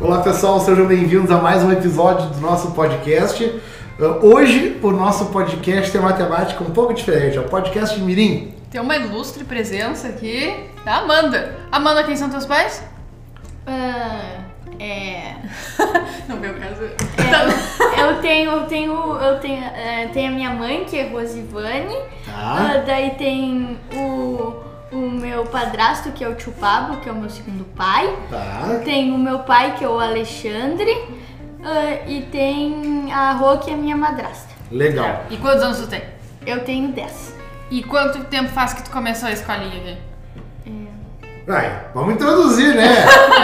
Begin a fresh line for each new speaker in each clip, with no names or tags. Olá pessoal, sejam bem-vindos a mais um episódio do nosso podcast. Uh, Hoje o nosso podcast é matemática um pouco diferente, é o podcast de Mirim.
Tem uma ilustre presença aqui da Amanda. Amanda, quem são teus pais?
Ah, é,
Não meu caso.
é, eu tenho, eu tenho, eu tenho, é, tem a minha mãe que é Rosivane. Ah,
Tá?
daí tem o, o meu padrasto que é o Tio Pablo, que é o meu segundo pai.
Tá.
Tem o meu pai que é o Alexandre ah, e tem a Rô que é minha madrasta.
Legal.
E quantos anos tu tem?
Eu tenho 10.
E quanto tempo faz que tu começou a escolinha aqui?
Vai, vamos introduzir, né?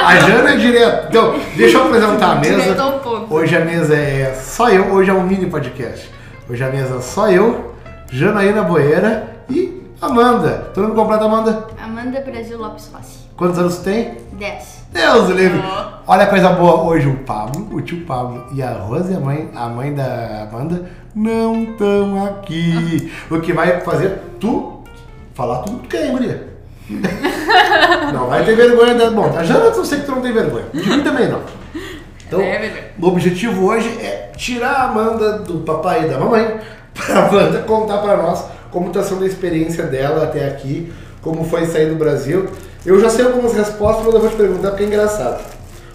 A Jana é direto. Então, deixa eu apresentar a mesa.
Diretou um pouco.
Hoje a mesa é só eu, hoje é um mini podcast. Hoje a mesa é só eu, Janaína Boeira e Amanda. Todo mundo completo, Amanda?
Amanda Brasil Lopes Rossi.
Quantos anos tu tem?
10.
Deus livre!
Ó.
Olha a coisa boa, hoje o Pablo, o tio Pablo e a Rose, a mãe, a mãe da Amanda, não estão aqui. O que vai fazer tu falar tudo que tu quer, hein, guria. Não vai ter vergonha da. Bom, a Jana eu sei que tu não tem vergonha. De mim também não. Então,
É verdade.
o objetivo hoje é tirar a Amanda do papai e da mamãe para a Amanda contar para nós como está sendo a experiência dela até aqui, como foi sair do Brasil. Eu já sei algumas respostas, mas eu vou te perguntar porque é engraçado.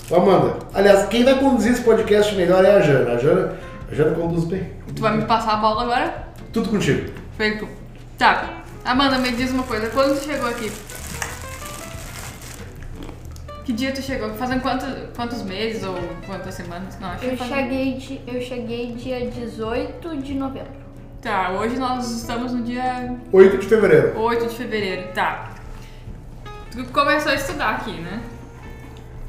Ô Amanda, aliás, quem vai conduzir esse podcast melhor é a Jana. A Jana, a Jana conduz bem.
Tu vai me passar a bola agora?
Tudo contigo.
Feito. Tá. Amanda, me diz uma coisa. Quando tu chegou aqui? Que dia tu chegou? Fazem quanto, quantos meses ou quantas semanas? Não, acho
Eu
que um fazem-
cheguei, de- eu cheguei dia 18 de novembro.
Tá, hoje nós estamos no dia
8 de fevereiro.
8 de fevereiro, tá. Tu começou a estudar aqui, né?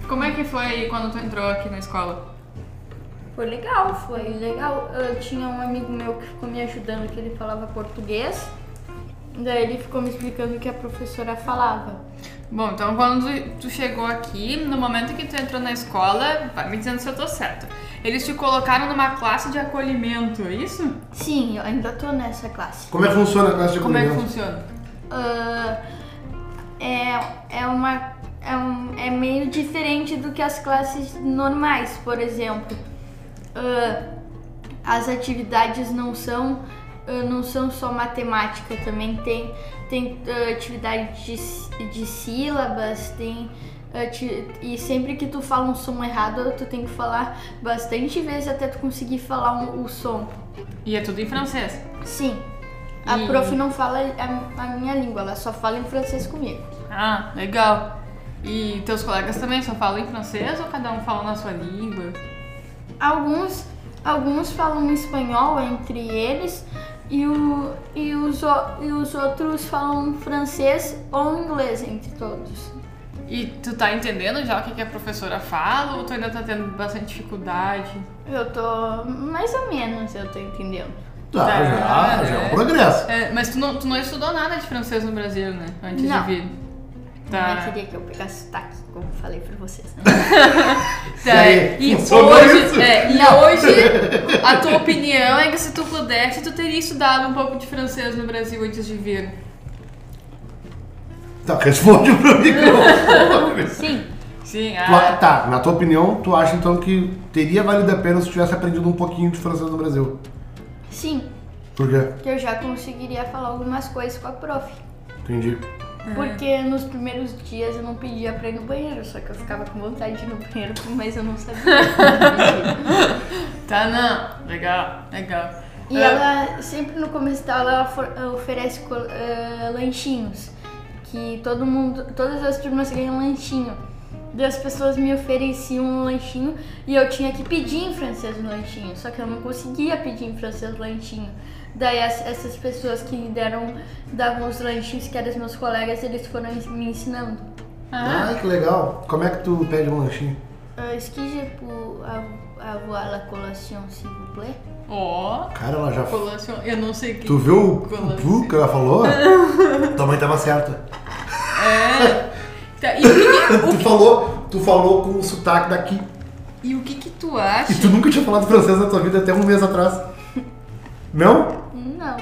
Como é que foi quando tu entrou aqui na escola?
Foi legal, foi legal. Eu tinha um amigo meu que ficou me ajudando, que ele falava português. Daí ele ficou me explicando o que a professora falava.
Bom, então quando tu chegou aqui, no momento que tu entrou na escola, vai me dizendo se eu tô certo. Eles te colocaram numa classe de acolhimento, é isso?
Sim, eu ainda tô nessa classe.
Como é que funciona a classe de
Como é que
acolhimento?
funciona?
Ah, é, é uma. É, um- é meio diferente do que as classes normais, por exemplo. Ah, as atividades não são ah, não são só matemática, também tem, tem ah, atividade de, s- de sílabas, tem. ati- E sempre que tu fala um som errado, tu tem que falar bastante vezes até tu conseguir falar um- o som.
E é tudo em francês.
Sim. A
E-
prof não fala a, a minha língua, ela só fala em francês comigo.
Ah, legal. E teus colegas também só falam em francês ou cada um fala na sua língua?
Alguns, alguns falam espanhol entre eles e, o, e, os, o- e os outros falam francês ou inglês entre todos.
E tu tá entendendo já o que que a professora fala ou tu ainda tá tendo bastante dificuldade?
Eu tô mais ou menos, eu tô entendendo.
Tá, já, já é um progresso.
É, mas tu não, tu não estudou nada de francês no Brasil, né? Antes
Não.
de vir.
Não
Tá.
queria que eu pegasse sotaque, como falei pra vocês, né?
Tá,
aí,
E
funcionou isso?
hoje, é, e
Não.
hoje a tua opinião é que se tu pudesse, tu teria estudado um pouco de francês no Brasil antes de vir.
Tá, responde pro microfone.
Sim,
Sim,
Tu a-
ah,
tá, na tua opinião, tu acha então que teria valido a pena se tu tivesse aprendido um pouquinho de francês no Brasil?
sim,
Por quê?
que eu já conseguiria falar algumas coisas com a prof.
Entendi.
Porque nos primeiros dias eu não pedia pra ir no banheiro, só que eu ficava com vontade de ir no banheiro, mas eu não sabia.
tá não. Legal, legal.
E
É.
ela, sempre no começo dela, ela for- oferece co- eh, lanchinhos. Que todo mundo, todas as turmas ganham lanchinho. Daí as pessoas me ofereciam um lanchinho e eu tinha que pedir em francês o lanchinho. Só que eu não conseguia pedir em francês o lanchinho. Daí as- essas pessoas que me deram, davam os lanchinhos, que eram os meus colegas, eles foram ens- me ensinando.
Ah,
Ah, que legal. Como é que tu pede um lanchinho?
Est-ce que je peux avoir la collation, s'il vous plaît?
ó,
Cara, ela já.
colação. Eu não sei o que.
Tu viu o
Como assim?
plu que ela falou? Tua mãe tava certa.
É. Tá, e, o
Tu falou, tu falou com o sotaque daqui.
que, e o que que tu acha?
E tu nunca tinha falado francês na tua vida até um mês atrás. Não?
Não.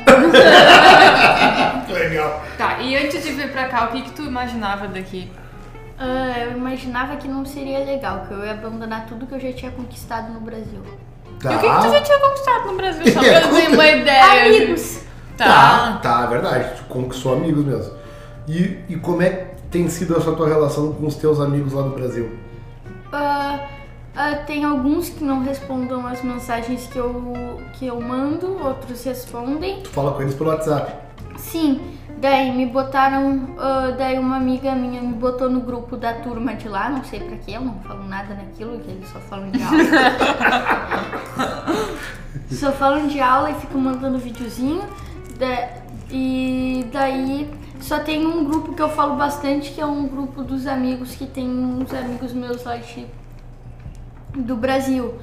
Legal.
Tá, e antes de vir pra cá, o que que tu imaginava daqui?
ah, eu imaginava que não seria legal, que eu ia abandonar tudo que eu já tinha conquistado no Brasil.
Tá.
E o que, que tu já tinha conquistado no Brasil?
É,
Só pra É, eu ter
como-
uma ideia.
Amigos!
Tá,
Tá.
tá, é verdade. Tu conquistou amigos mesmo. E, e como é que tem sido essa tua relação com os teus amigos lá no Brasil?
Ah, ah, tem alguns que não respondam as mensagens que eu, que eu mando, outros respondem.
Tu fala com eles pelo WhatsApp.
Sim, daí me botaram, ah, daí uma amiga minha me botou no grupo da turma de lá, não sei pra quê, eu não falo nada naquilo, que eles só falam de aula. só falam de aula e ficam mandando videozinho. da- e daí só tem um grupo que eu falo bastante, que é um grupo dos amigos que tem uns amigos meus lá de, do Brasil.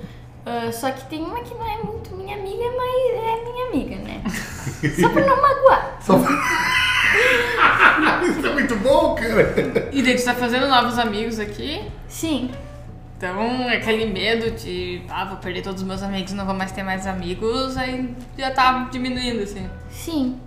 Ah, só que tem uma que não é muito minha amiga, mas é minha amiga, né? Só pra não magoar.
Só- Isso é muito bom, cara.
E daí tu tá fazendo novos amigos aqui.
Sim,
Então, aquele medo de, ah, vou perder todos os meus amigos, não vou mais ter mais amigos, aí já tá diminuindo, assim.
sim.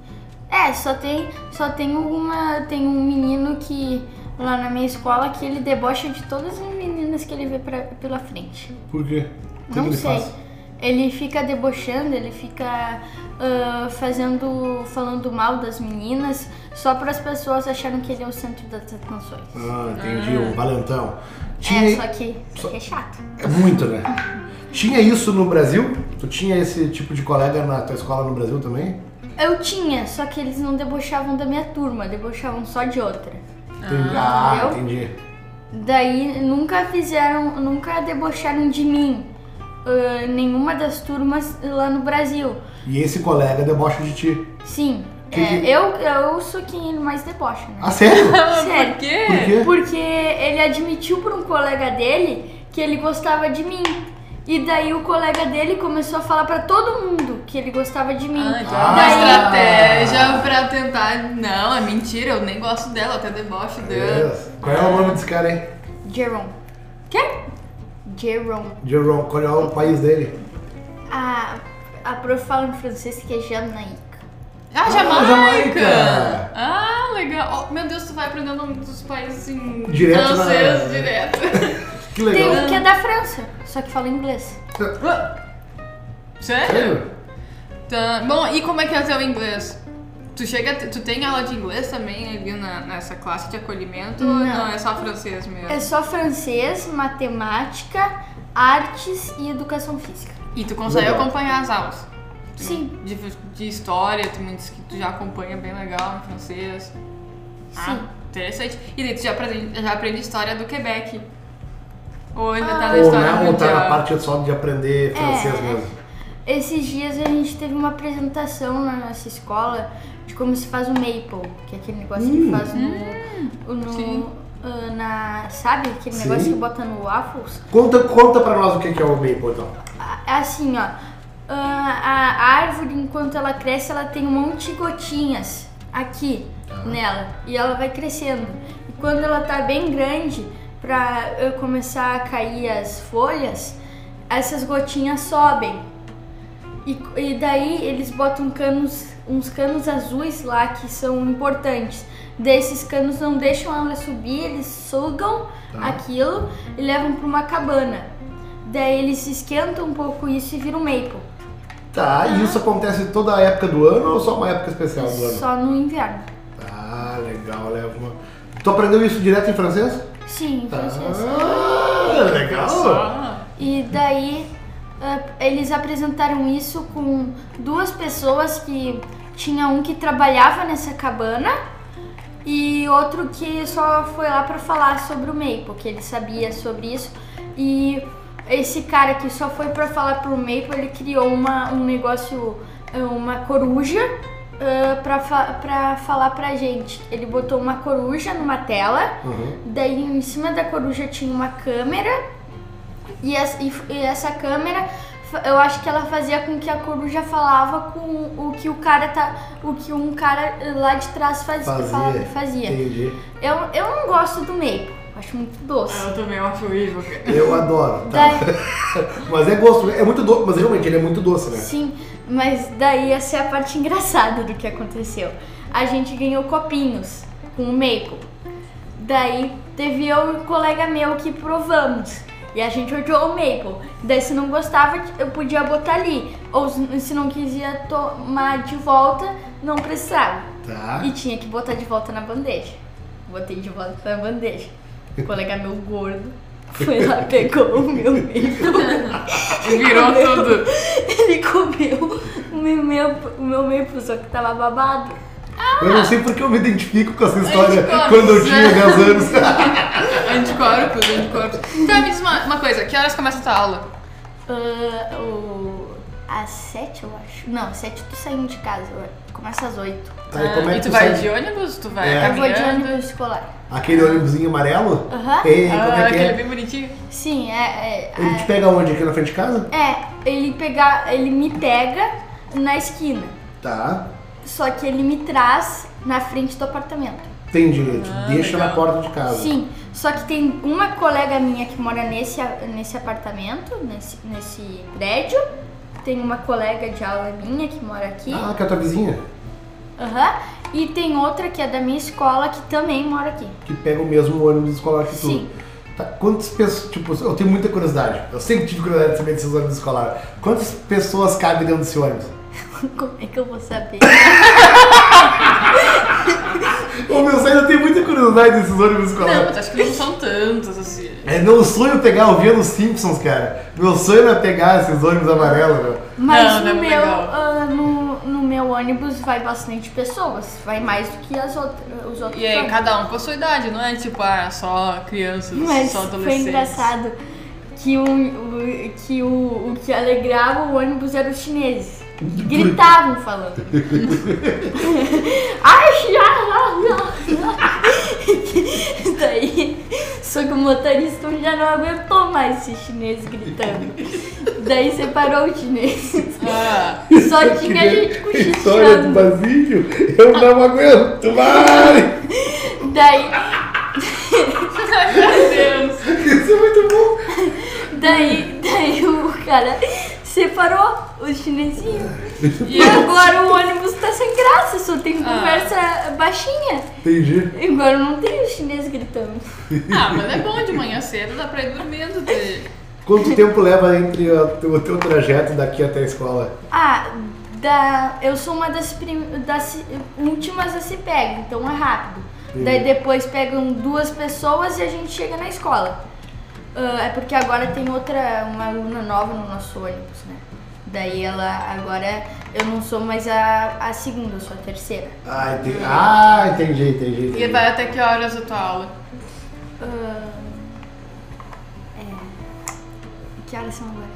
É, só tem, só tem alguma, tem um menino que lá na minha escola que ele debocha de todas as meninas que ele vê pra- pela frente.
Por quê? O que
Não
que ele
sei.
faz?
Ele fica debochando, ele fica ah, fazendo, falando mal das meninas, só para as pessoas acharem que ele é o centro das atenções.
Ah, entendi. Um valentão.
É,
Tinha...
só que, só que é chato.
É muito, né? Tinha isso no Brasil? Tu tinha esse tipo de colega na tua escola no Brasil também?
Eu tinha, só que eles não debochavam da minha turma, debochavam só de outra.
Entendi. Ah,
eu?
entendi.
Daí nunca fizeram, nunca debocharam de mim, ah, nenhuma das turmas lá no Brasil.
E esse colega debocha de ti.
Sim,
Que
é,
que-
eu, eu sou quem mais debocha, né?
Ah, sério?
Sério.
Por
Por
quê?
quê?
Porque ele admitiu pra um colega dele que ele gostava de mim. E daí o colega dele começou a falar pra todo mundo que ele gostava de mim.
Ah, então é
Ah.
uma estratégia pra tentar. Não, é mentira, eu nem gosto dela, eu até deboche dela.
Beleza. Qual é o nome desse cara, hein?
Jerome.
Quê?
Jerome.
Jerome, qual é o país dele?
A, a prof fala em francês que é Jamaica.
Ah,
Ah,
Jamaica!
Jamaica.
Ah, legal. Oh, meu Deus, tu vai aprender o nome dos países em
Direto na-
francês direto.
Que
Tem
legal.
um que é da França, só que fala inglês.
Sério?
Sério?
Tá. Bom, e como é que é o teu inglês? Tu chega, a te- tu tem aula de inglês também ali na, nessa classe de acolhimento? Ou
Não.
não é só francês mesmo?
É só francês, matemática, artes e educação física.
E tu consegue
Legal.
acompanhar as aulas? Tu-
Sim.
De, de história, tu me disse que tu já acompanha bem legal em francês. Ah.
Sim.
interessante. E daí tu já aprende, já aprende história do Quebec. Ou ainda
Ah.
tá na
Ou,
história
né, ou tá na
mundial?
parte só de aprender francês
É.
mesmo?
Esses dias a gente teve uma apresentação na nossa escola de como se faz o maple, que é aquele negócio que faz no. no-
Sim.
ah, na, sabe aquele
Sim.
negócio que bota no waffles?
Conta, conta pra nós o que que é o Maple, então.
A- É assim, ó. Ah, a árvore, enquanto ela cresce, ela tem um monte de gotinhas aqui nela. E ela vai crescendo. E quando ela tá bem grande, pra eu começar a cair as folhas, essas gotinhas sobem. E, e daí eles botam canos, uns canos azuis lá que são importantes. Desses canos não deixam ela subir, eles sugam
Tá.
aquilo e levam para uma cabana. Daí eles esquentam um pouco isso e viram maple,
Tá,
Ah.
e isso acontece toda a época do ano ou só uma época especial do ano?
só no inverno.
Ah, legal, leva uma... Tu aprendeu isso direto em francês?
Sim, em
Tá.
francês.
Ah, legal.
Só-
E daí ah, eles apresentaram isso com duas pessoas que tinha um que trabalhava nessa cabana e outro que só foi lá para falar sobre o Maple, que ele sabia sobre isso. E esse cara que só foi para falar pro Maple, ele criou uma, um negócio, ah, uma coruja ah, pra fa para falar pra gente. Ele botou uma coruja numa tela.
Uhum.
Daí em cima da coruja tinha uma câmera e essa, e f- e essa câmera fa- eu acho que ela fazia com que a coruja falava com o que o cara tá. O que um cara lá de trás faz,
Fazia.
fala- fazia.
Entendi.
Eu, eu não gosto do meio, acho muito
Ah,
doce.
Eu também acho horrível. cara.
Eu adoro, tá?
Daí,
Mas é gosto, é muito doce, mas realmente ele é muito doce, né?
sim, mas daí essa é a parte engraçada do que aconteceu. A gente ganhou copinhos com o Maple. Daí teve eu e um colega meu que provamos. E a gente odiou o maple. Daí se não gostava, eu podia botar ali. Ou se se não quisia tomar de volta, não precisava.
Tá.
E tinha que botar de volta na bandeja. Botei de volta na bandeja. O colega meu gordo foi lá, pegou o meu maple.
Virou tudo.
Ele comeu o meu, maple- o meu maple, só que tava babado.
Eu não sei porque eu me identifico com essa história
Anticorpos,
quando eu tinha
né?
10 anos.
Anticorpos, anticorpos. Tá, me diz uma, uma coisa, que horas começa a tua aula?
Ah, o... Às sete, eu acho. Não, às sete eu tô saindo de casa. eu- Começa às oito.
Tá, e como é
Ah, e
que
tu,
tu
vai
sai?
de ônibus? Tu vai
É.
Eu vou de
caminhando?
ônibus escolar.
Aquele ônibusinho amarelo?
Aham.
Ei, como
Ah,
é que
aquele
é?
bem bonitinho.
Sim, é... é,
Ele te pega onde? Aqui na frente de casa?
é, é, ele, pega, ele me pega na esquina.
Ah,
Tá.
Só que ele me traz na frente do apartamento.
Tem direito.
Ah,
Deixa na
legal.
porta de casa.
Sim, só que tem uma colega minha que mora nesse, a- nesse apartamento, nesse, nesse prédio. Tem uma colega de aula minha que mora aqui.
Ah, que é a tua vizinha.
Aham. E tem outra que é da minha escola que também mora aqui.
Que pega o mesmo ônibus escolar que tu.
Sim.
Tá, quantas pessoas. Tipo, eu tenho muita curiosidade. Eu sempre tive curiosidade de saber desses ônibus escolares. Quantas pessoas cabem dentro desse ônibus?
Como é que eu vou saber?
Ô meu sonho, eu tenho muita curiosidade desses ônibus
Não,
escolares.
mas acho que não são tantos assim.
É meu sonho é pegar, eu via nos Simpsons, cara. Meu sonho era pegar esses ônibus amarelos, meu.
Mas
não é
no, meu,
legal.
ah, no, no meu ônibus vai bastante pessoas. Vai mais do que as outras, os outros
E aí,
ônibus.
cada um com a sua idade, não é tipo, ah, só crianças,
Mas
só
foi
adolescentes.
engraçado que, o, o- que o, o que alegrava o ônibus eram os chineses. Gritavam falando. Ai, xia, lá, lá, lá. Daí, só que o motorista já não aguentou mais esse chinês gritando. Daí separou o chinês.
Ah,
Só tinha gente com
História do
cochichando.
Basílio, eu não aguento mais!
Daí,
meu Deus.
Isso é muito bom!
daí, daí o cara separou os chinesinhos.
E
E
eu-
agora o ônibus tá sem graça, só tem conversa baixinha.
Entendi.
E Agora não tem os chineses gritando.
Ah, mas é bom de manhã cedo, dá pra ir dormindo. daí.
Quanto tempo leva entre a- o teu trajeto daqui até a escola?
Ah, da, eu sou uma das, prim, das últimas a se pega, então é rápido. Daí depois pegam duas pessoas e a gente chega na escola. Ah, é porque agora tem outra, uma aluna nova no nosso ônibus, né? Daí ela, agora eu não sou mais a, a segunda, eu sou a terceira.
Ah, entendi, ah, entendi, entendi.
E
entendi.
vai até que horas a tua aula?
Ah, é. Que horas são agora?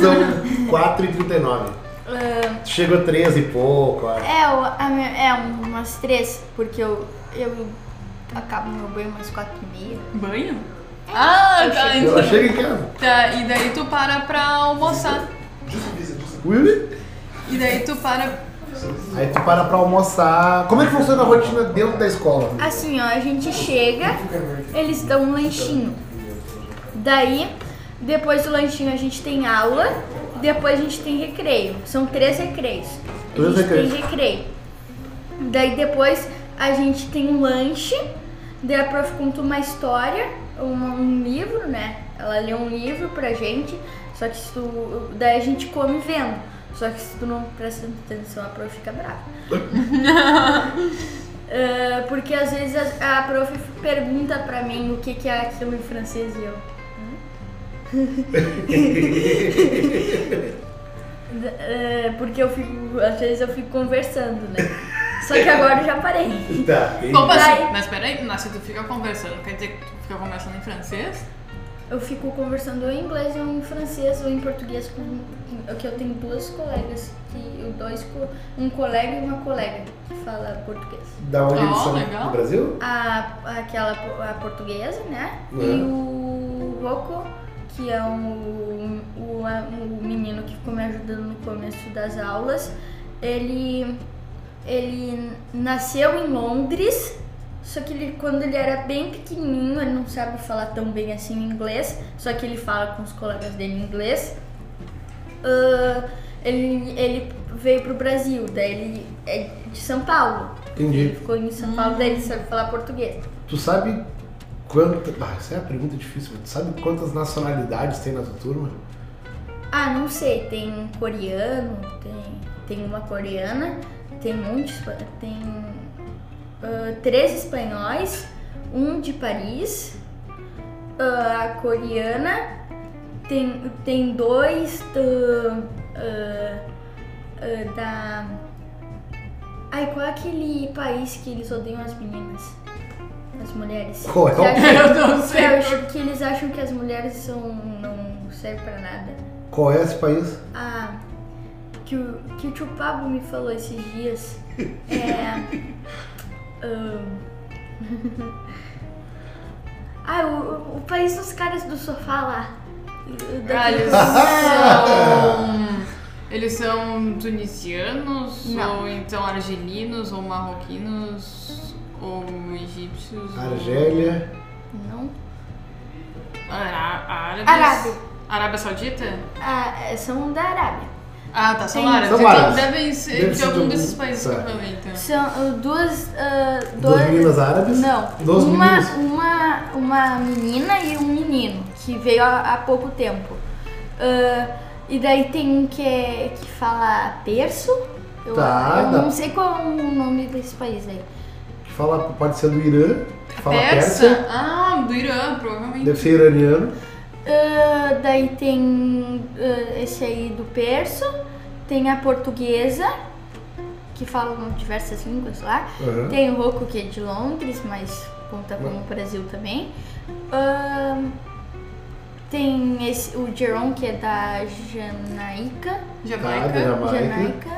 São 4h39. Chegou 13 e pouco, ó.
Ah, É, o- a minha- é um- umas três, porque eu, eu acabo meu banho umas quatro e meia.
Banho?
É.
Ah, tá,
Ela
entendi.
chega em casa.
Tá, e daí tu para pra almoçar.
Willy?
E daí tu para.
Aí tu para pra almoçar. Como é que funciona a rotina dentro da escola? Tá,
Assim, ó, a gente chega, eles dão um lanchinho. Daí, depois do lanchinho a gente tem aula, depois a gente tem recreio. São três recreios. A
Três
gente
recreios.
tem recreio. Daí depois a gente tem um lanche, daí a prof conta uma história, um, um livro, né? Ela lê um livro pra gente, só que se tu, daí a gente come vendo. Só que se tu não presta atenção, a prof fica brava. Ah, porque às vezes a, a prof pergunta pra mim o que, que é aquilo em francês e eu. "Hã?" Ah, porque eu fico. Às vezes eu fico conversando, né? Só que agora eu já parei.
Tá,
Como assim?
Vai.
Mas peraí, mas se tu fica conversando, quer dizer que tu fica conversando em francês?
Eu fico conversando ou em inglês ou em francês ou em português com. é Que eu tenho duas colegas, que, dois, co- um colega e uma colega que fala português.
Da onde eles
Ó,
são?
legal.
Do Brasil?
a, aquela po- a portuguesa, né?
É.
E o Rocco, que é um, o, a- o menino que ficou me ajudando no começo das aulas, ele, ele nasceu em Londres, só que ele, quando ele era bem pequenininho, ele não sabe falar tão bem assim inglês, só que ele fala com os colegas dele em inglês. Ah, ele, ele veio pro Brasil, daí ele é de São Paulo.
Entendi.
Ficou em São Paulo, daí ele sabe falar português.
Tu sabe quantas. Ah, essa é uma pergunta difícil, mas tu sabe quantas nacionalidades tem na tua turma?
Ah, não sei, tem um coreano, tem, tem uma coreana, tem um monte de espa- tem ah, três espanhóis, um de Paris, ah, a coreana, tem, tem dois ah, ah, ah, da. Ai, qual é aquele país que eles odeiam as meninas? As mulheres.
Qual é o-
Que acham-
Eu não sei.
eu acho que eles acham que as mulheres são não servem pra nada.
Qual é esse país?
Ah, que o, que o tio Pablo me falou esses dias. É. ahn, ah, o, o país dos caras do sofá lá.
Ah, eles
Daqueles-
são. Eles são tunisianos,
Não.
ou então argelinos, ou marroquinos, ou egípcios. ou-
Argélia.
Não.
Ara- Ah, árabes.
Arábia.
Arábia Saudita?
Ah, é, são da Arábia.
Ah, tá, são
Tem-
árabes.
São
então
árabes.
devem ser
Deve ser
de
de
algum
algum-
desses países
tá.
que eu falei, então.
São ah, duas. ah,
Duas
dois-
meninas árabes?
Não,
Dois
uma,
meninos.
uma, uma menina e um menino, que veio há, há pouco tempo. Ah, e daí tem um que, é, que fala perso. Eu,
Tá,
eu
dá-
não sei qual é o nome desse país aí.
Que fala, pode ser do Irã. Que fala
Persa?
persa.
Ah, do Irã, provavelmente.
Deve ser iraniano.
Ah, daí tem ah, esse aí do perso, tem a portuguesa, que falam diversas línguas lá.
Aham.
Tem o Roco que é de Londres, mas conta como Brasil também. Ahn, tem esse, o Jerome que é da Jamaica.
Tá, da
Jamaica.
Jamaica.
Jamaica.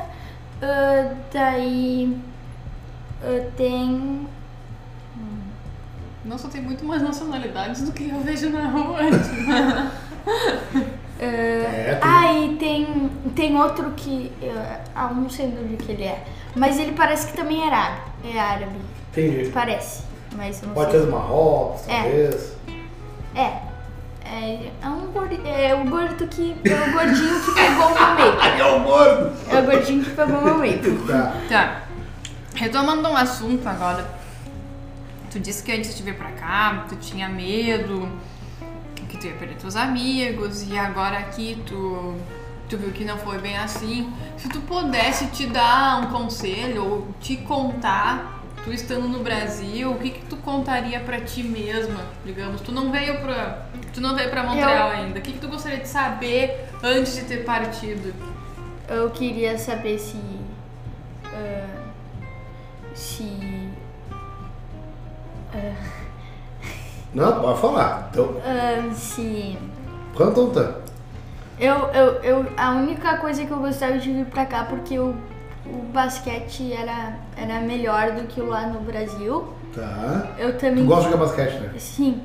Ahn, daí ah, tem.
Nossa, tem muito mais nacionalidades do que eu vejo na rua.
É, tem-
Ah, e tem, tem outro que. ah, Ah, não sei de onde que ele é. Mas ele parece que também é árabe. É árabe.
entendi.
Parece. Mas eu não
Pode
sei.
ser do Marrocos,
É.
talvez.
É. É, é um gordo, é o gordo que. É o gordinho que pegou o meu meio.
Ai, é o gordo!
É o gordinho que pegou o meu meio.
Tá.
Tá. Retomando um assunto agora. Tu disse que antes de vir pra cá, tu tinha medo, que tu ia perder teus amigos, e agora aqui tu, tu viu que não foi bem assim. Se tu pudesse te dar um conselho ou te contar, tu estando no Brasil, o que que tu contaria pra ti mesma, digamos? Tu não veio pra, tu não veio pra Montreal ainda. O que que tu gostaria de saber antes de ter partido?
Eu queria saber se. ah, se.
Não, pode falar. Então, é
ah, se.
Rantontan.
Eu, eu, eu. A única coisa que eu gostava de vir pra cá porque o, o basquete era, era melhor do que lá no Brasil.
Tá.
Eu
Tu
também.
gosta de jogar basquete, né?
Sim.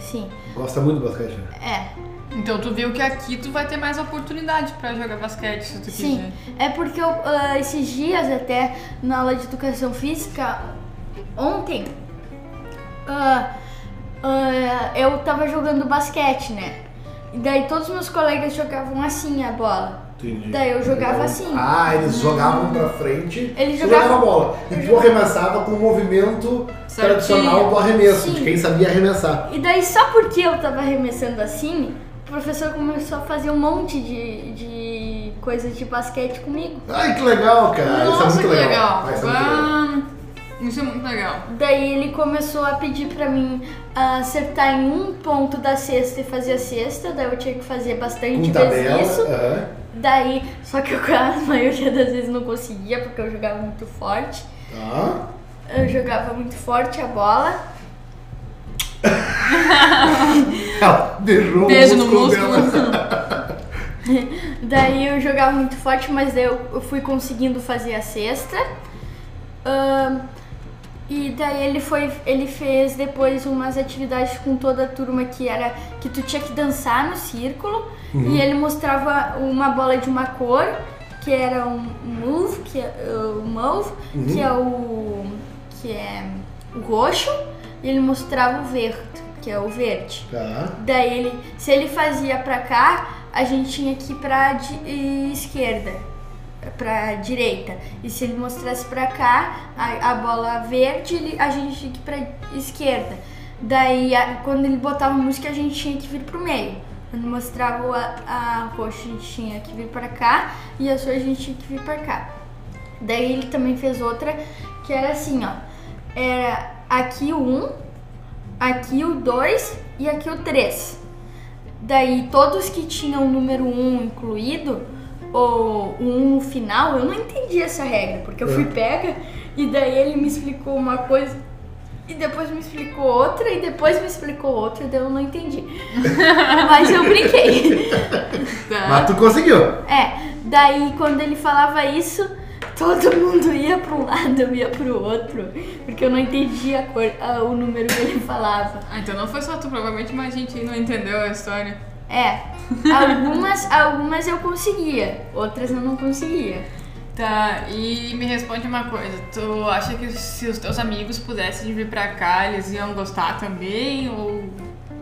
Sim.
Gosta muito de basquete, né?
É.
Então tu viu que aqui tu vai ter mais oportunidade pra jogar basquete, se tu né?
Sim,
quiser.
é porque eu, ah, esses dias até na aula de educação física, ontem, ah, ah, eu tava jogando basquete, né? E daí todos os meus colegas jogavam assim a bola.
Entendi.
Daí eu jogava assim.
Ah, eles jogavam pra frente
Eles
tu jogava a
jogavam-
bola. E tu arremessava com o movimento
Certinho.
tradicional do arremesso, de
Sim.
quem sabia arremessar.
E daí só porque eu tava arremessando assim, o professor começou a fazer um monte de, de coisas de basquete comigo.
Ai, que legal, cara.
Nossa,
isso é muito
que legal.
Ah, isso é muito legal.
Ah, Isso é muito legal.
Daí ele começou a pedir pra mim ah, acertar em um ponto da cesta e fazer a cesta, daí eu tinha que fazer bastante
Com
vezes
Um tabela.
isso.
aham.
Daí, só que eu a maioria das vezes não conseguia porque eu jogava muito forte.
Tá.
Eu jogava muito forte a bola.
Ela beijou
Beijo no
o músculo.
músculo.
dela.
Daí eu jogava muito forte, mas daí eu, eu fui conseguindo fazer a cesta. Ahn, e daí ele foi ele fez depois umas atividades com toda a turma que era que tu tinha que dançar no círculo e ele mostrava uma bola de uma cor que era um move que é uh, o mauve que é o que é o roxo e ele mostrava o verde que é o verde
Tá.
Daí ele, se ele fazia pra cá, a gente tinha que ir pra di- esquerda. pra direita. E se ele mostrasse pra cá, a, a bola verde, ele- a gente tinha que ir pra esquerda. Daí, a- quando ele botava música, a gente tinha que vir pro meio. Quando mostrava o a, a roxa, a gente tinha que vir pra cá. E a sua, a gente tinha que vir pra cá. Daí ele também fez outra que era assim, ó. Era aqui um, o 1, aqui o 2 e aqui o 3. Daí todos que tinham o número 1 incluído, ou o 1 no final, eu não entendi essa regra, porque eu
É.
fui pega e daí ele me explicou uma coisa e depois me explicou outra e depois me explicou outra, e daí eu não entendi. Mas eu brinquei.
Tá.
Mas tu conseguiu.
É, daí quando ele falava isso, todo mundo ia para um lado, eu ia pro outro, porque eu não entendia a cor- a- o número que ele falava.
Ah, então não foi só tu, provavelmente mais gente aí não entendeu a história.
É, algumas, algumas eu conseguia, outras eu não conseguia.
Tá, e me responde uma coisa, tu acha que se os teus amigos pudessem vir pra cá, eles iam gostar também? Ou.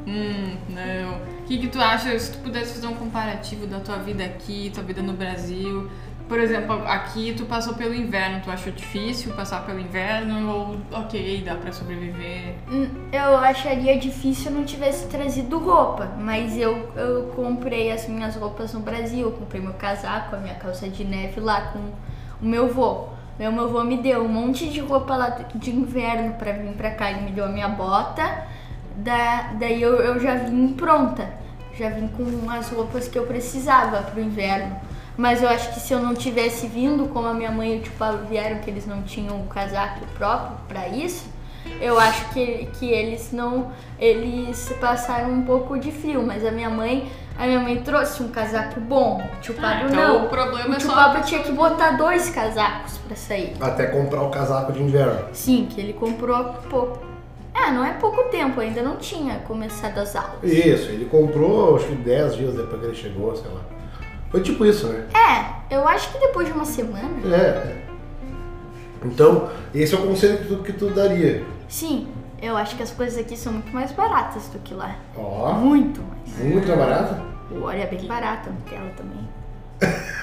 Hum, não. O que, que tu acha se tu pudesse fazer um comparativo da tua vida aqui, tua vida no Brasil? Por exemplo, aqui tu passou pelo inverno, tu achou difícil passar pelo inverno? Ou ok, dá pra sobreviver?
Hum, Eu acharia difícil eu não tivesse trazido roupa, mas eu, eu comprei as minhas roupas no Brasil, eu comprei meu casaco, a minha calça de neve lá com o meu vô. Meu, meu vô me deu um monte de roupa lá de inverno pra vir pra cá, ele me deu a minha bota, da, daí eu, eu já vim pronta, já vim com as roupas que eu precisava pro inverno. Mas eu acho que se eu não tivesse vindo, como a minha mãe e o tio Paulo vieram, que eles não tinham o casaco próprio pra isso, eu acho que, que eles não. Eles passaram um pouco de frio, mas a minha mãe. A minha mãe trouxe um casaco bom. O tio Pablo
então
não.
o problema é
tio
só-
Pablo tinha que botar dois casacos pra sair.
Até comprar o casaco de inverno.
Sim, que ele comprou há pouco. É, não é pouco tempo, ainda não tinha começado as aulas.
Isso, ele comprou acho que 10 dias depois que ele chegou, sei lá. Foi tipo isso, né?
É, eu acho que depois de uma semana.
É. Então, esse é o conselho que tu, que tu daria.
Sim, eu acho que as coisas aqui são muito mais baratas do que lá.
Ó,
Muito mais.
muito barato.
O óleo é bem barato, a Nutella também.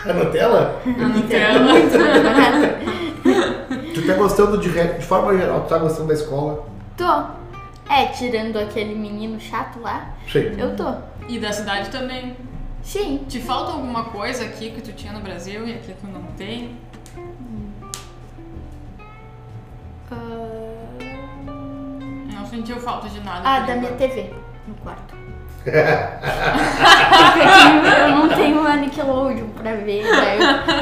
A Nutella?
A Nutella.
Muito barato.
Tu tá gostando de, re- de forma geral, tu tá gostando da escola?
Tô. É, tirando aquele menino chato lá,
Sim.
eu tô.
E da cidade também.
Sim.
Te falta alguma coisa aqui que tu tinha no Brasil e aqui tu não tem? Não sentiu falta de nada.
Ah,
por
da minha
enquanto.
TV, no quarto. eu não tenho a Nickelodeon pra ver. né?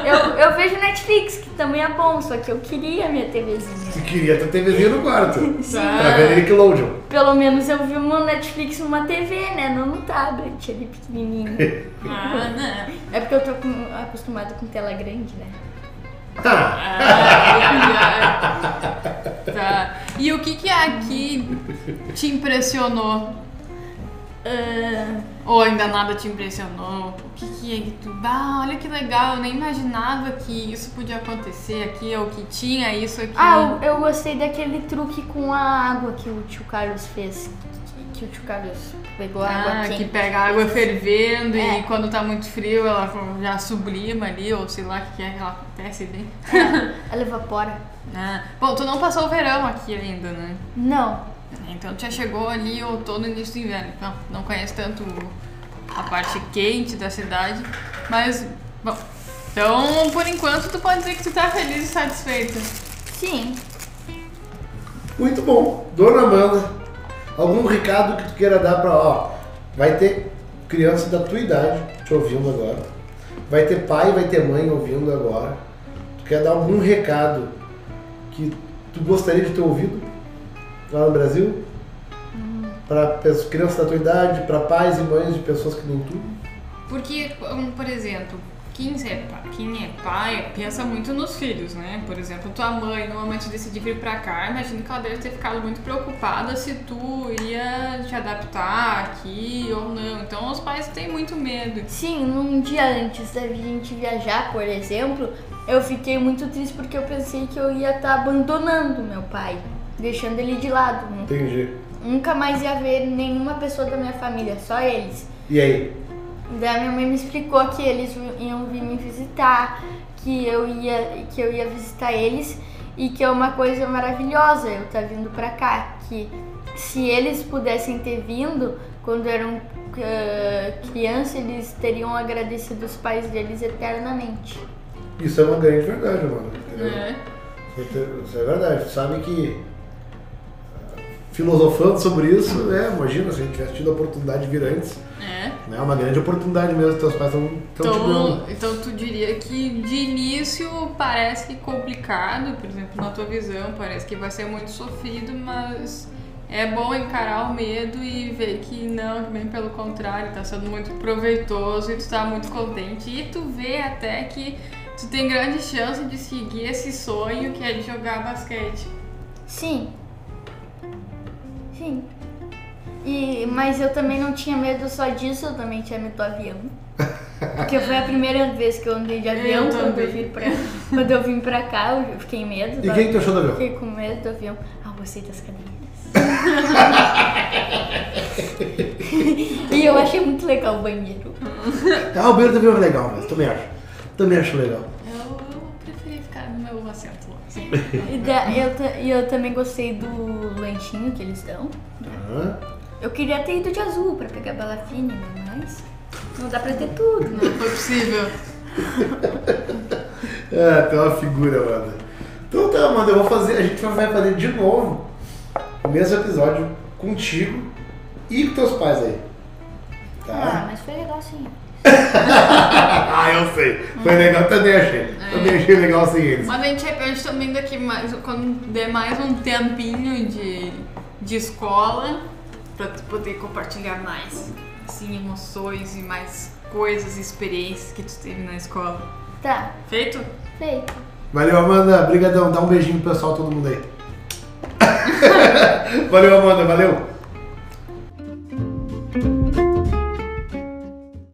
Eu, eu, eu vejo Netflix, que também é bom, só que eu queria a minha TVzinha.
Tu queria ter TVzinha no quarto.
Tá.
Pra ver Nickelodeon.
Pelo menos eu vi uma Netflix numa TV, né? Não no tablet ali pequenininho.
Ah, né?
É porque eu tô com- acostumada com tela grande, né?
Tá.
Ah, ai, ai. tá. E o que que aqui te impressionou?
Ah,
Ou ainda nada te impressionou? O que que é que tu... Bah, olha que legal, eu nem imaginava que isso podia acontecer aqui, ou que tinha isso aqui.
Ah, eu, eu gostei daquele truque com a água que o tio Carlos fez. Que, que o tio Carlos pegou a
Ah,
água quente.
que pega a água fervendo
É.
e quando tá muito frio ela já sublima ali, ou sei lá o que que é que ela acontece bem.
Ela evapora.
Ah, Bom, tu não passou o verão aqui ainda, né?
Não.
Então tu já chegou ali outono e início do inverno. Então não conhece tanto a parte quente da cidade, mas bom. Então, por enquanto, tu pode dizer que tu tá feliz e satisfeita.
Sim.
Muito bom. Dona Amanda, algum recado que tu queira dar pra. Ó, vai ter criança da tua idade te ouvindo agora. Vai ter pai, vai ter mãe ouvindo agora. Tu quer dar algum recado que tu gostaria de ter ouvido lá no Brasil? Pra pessoas- crianças da tua idade, pra pais e mães de pessoas que nem tu?
Porque, um, por exemplo, quem é, pa- quem é pai pensa muito nos filhos, né? Por exemplo, tua mãe, no momento de decidir vir pra cá, imagino que ela deve ter ficado muito preocupada se tu ia te adaptar aqui ou não. Então os pais têm muito medo.
Sim, num dia antes da gente viajar, por exemplo, eu fiquei muito triste porque eu pensei que eu ia estar abandonando meu pai. Deixando ele de lado.
Entendi.
Nunca mais ia ver nenhuma pessoa da minha família, só eles.
E aí?
Daí minha mãe me explicou que eles iam vir me visitar, que eu ia que eu ia visitar eles e que é uma coisa maravilhosa eu estar vindo pra cá, que se eles pudessem ter vindo quando eram eh, criança, eles teriam agradecido os pais deles eternamente.
Isso é uma grande verdade, mano. entendeu?
É.
Isso é verdade. Sabe que ah, filosofando sobre isso, né? Imagina, se a gente tivesse tido a oportunidade de vir antes,
É.
né? É uma grande oportunidade mesmo, teus pais estão te dando.
Então, então tu diria que de início parece complicado, por exemplo, na tua visão, parece que vai ser muito sofrido, mas é bom encarar o medo e ver que não, que bem pelo contrário, tá sendo muito proveitoso e tu tá muito contente. E tu vê até que tu tem grande chance de seguir esse sonho que é de jogar basquete.
Sim. Sim. E, mas eu também não tinha medo só disso, eu também tinha medo do avião. Porque foi a primeira vez que eu andei de avião
Eu
quando, eu
também.
vim pra, quando eu vim pra cá, eu fiquei medo.
E
do
quem é que tu achou do avião?
Fiquei com medo do avião. Ah, eu gostei das cadeiras. e eu achei muito legal o banheiro.
Ah, o banheiro do avião é legal, mas também acho. Também acho legal.
Eu, eu preferi ficar no meu assento lá. assim.
E da- eu, ta- e eu também gostei do lanchinho que eles dão.
Aham.
Eu queria ter ido de azul pra pegar balafine, né? mas não dá pra ter tudo, né?
Não foi possível.
É, tem uma figura, mano. Então tá, mano, eu vou fazer. A gente vai fazer de novo o mesmo episódio contigo e com teus pais aí.
Ah,
Tá?
mas foi legal sim.
Ah, É. eu sei. Foi legal, também achei. Também achei legal sem eles.
Mas a gente repete também daqui mais, quando der mais um tempinho de, de escola, pra tu poder compartilhar mais assim, emoções e mais coisas, experiências que tu teve na escola.
Tá,
Feito?
feito.
Valeu, Amanda. Obrigadão. Dá um beijinho pro pessoal, todo mundo aí. valeu, Amanda. Valeu.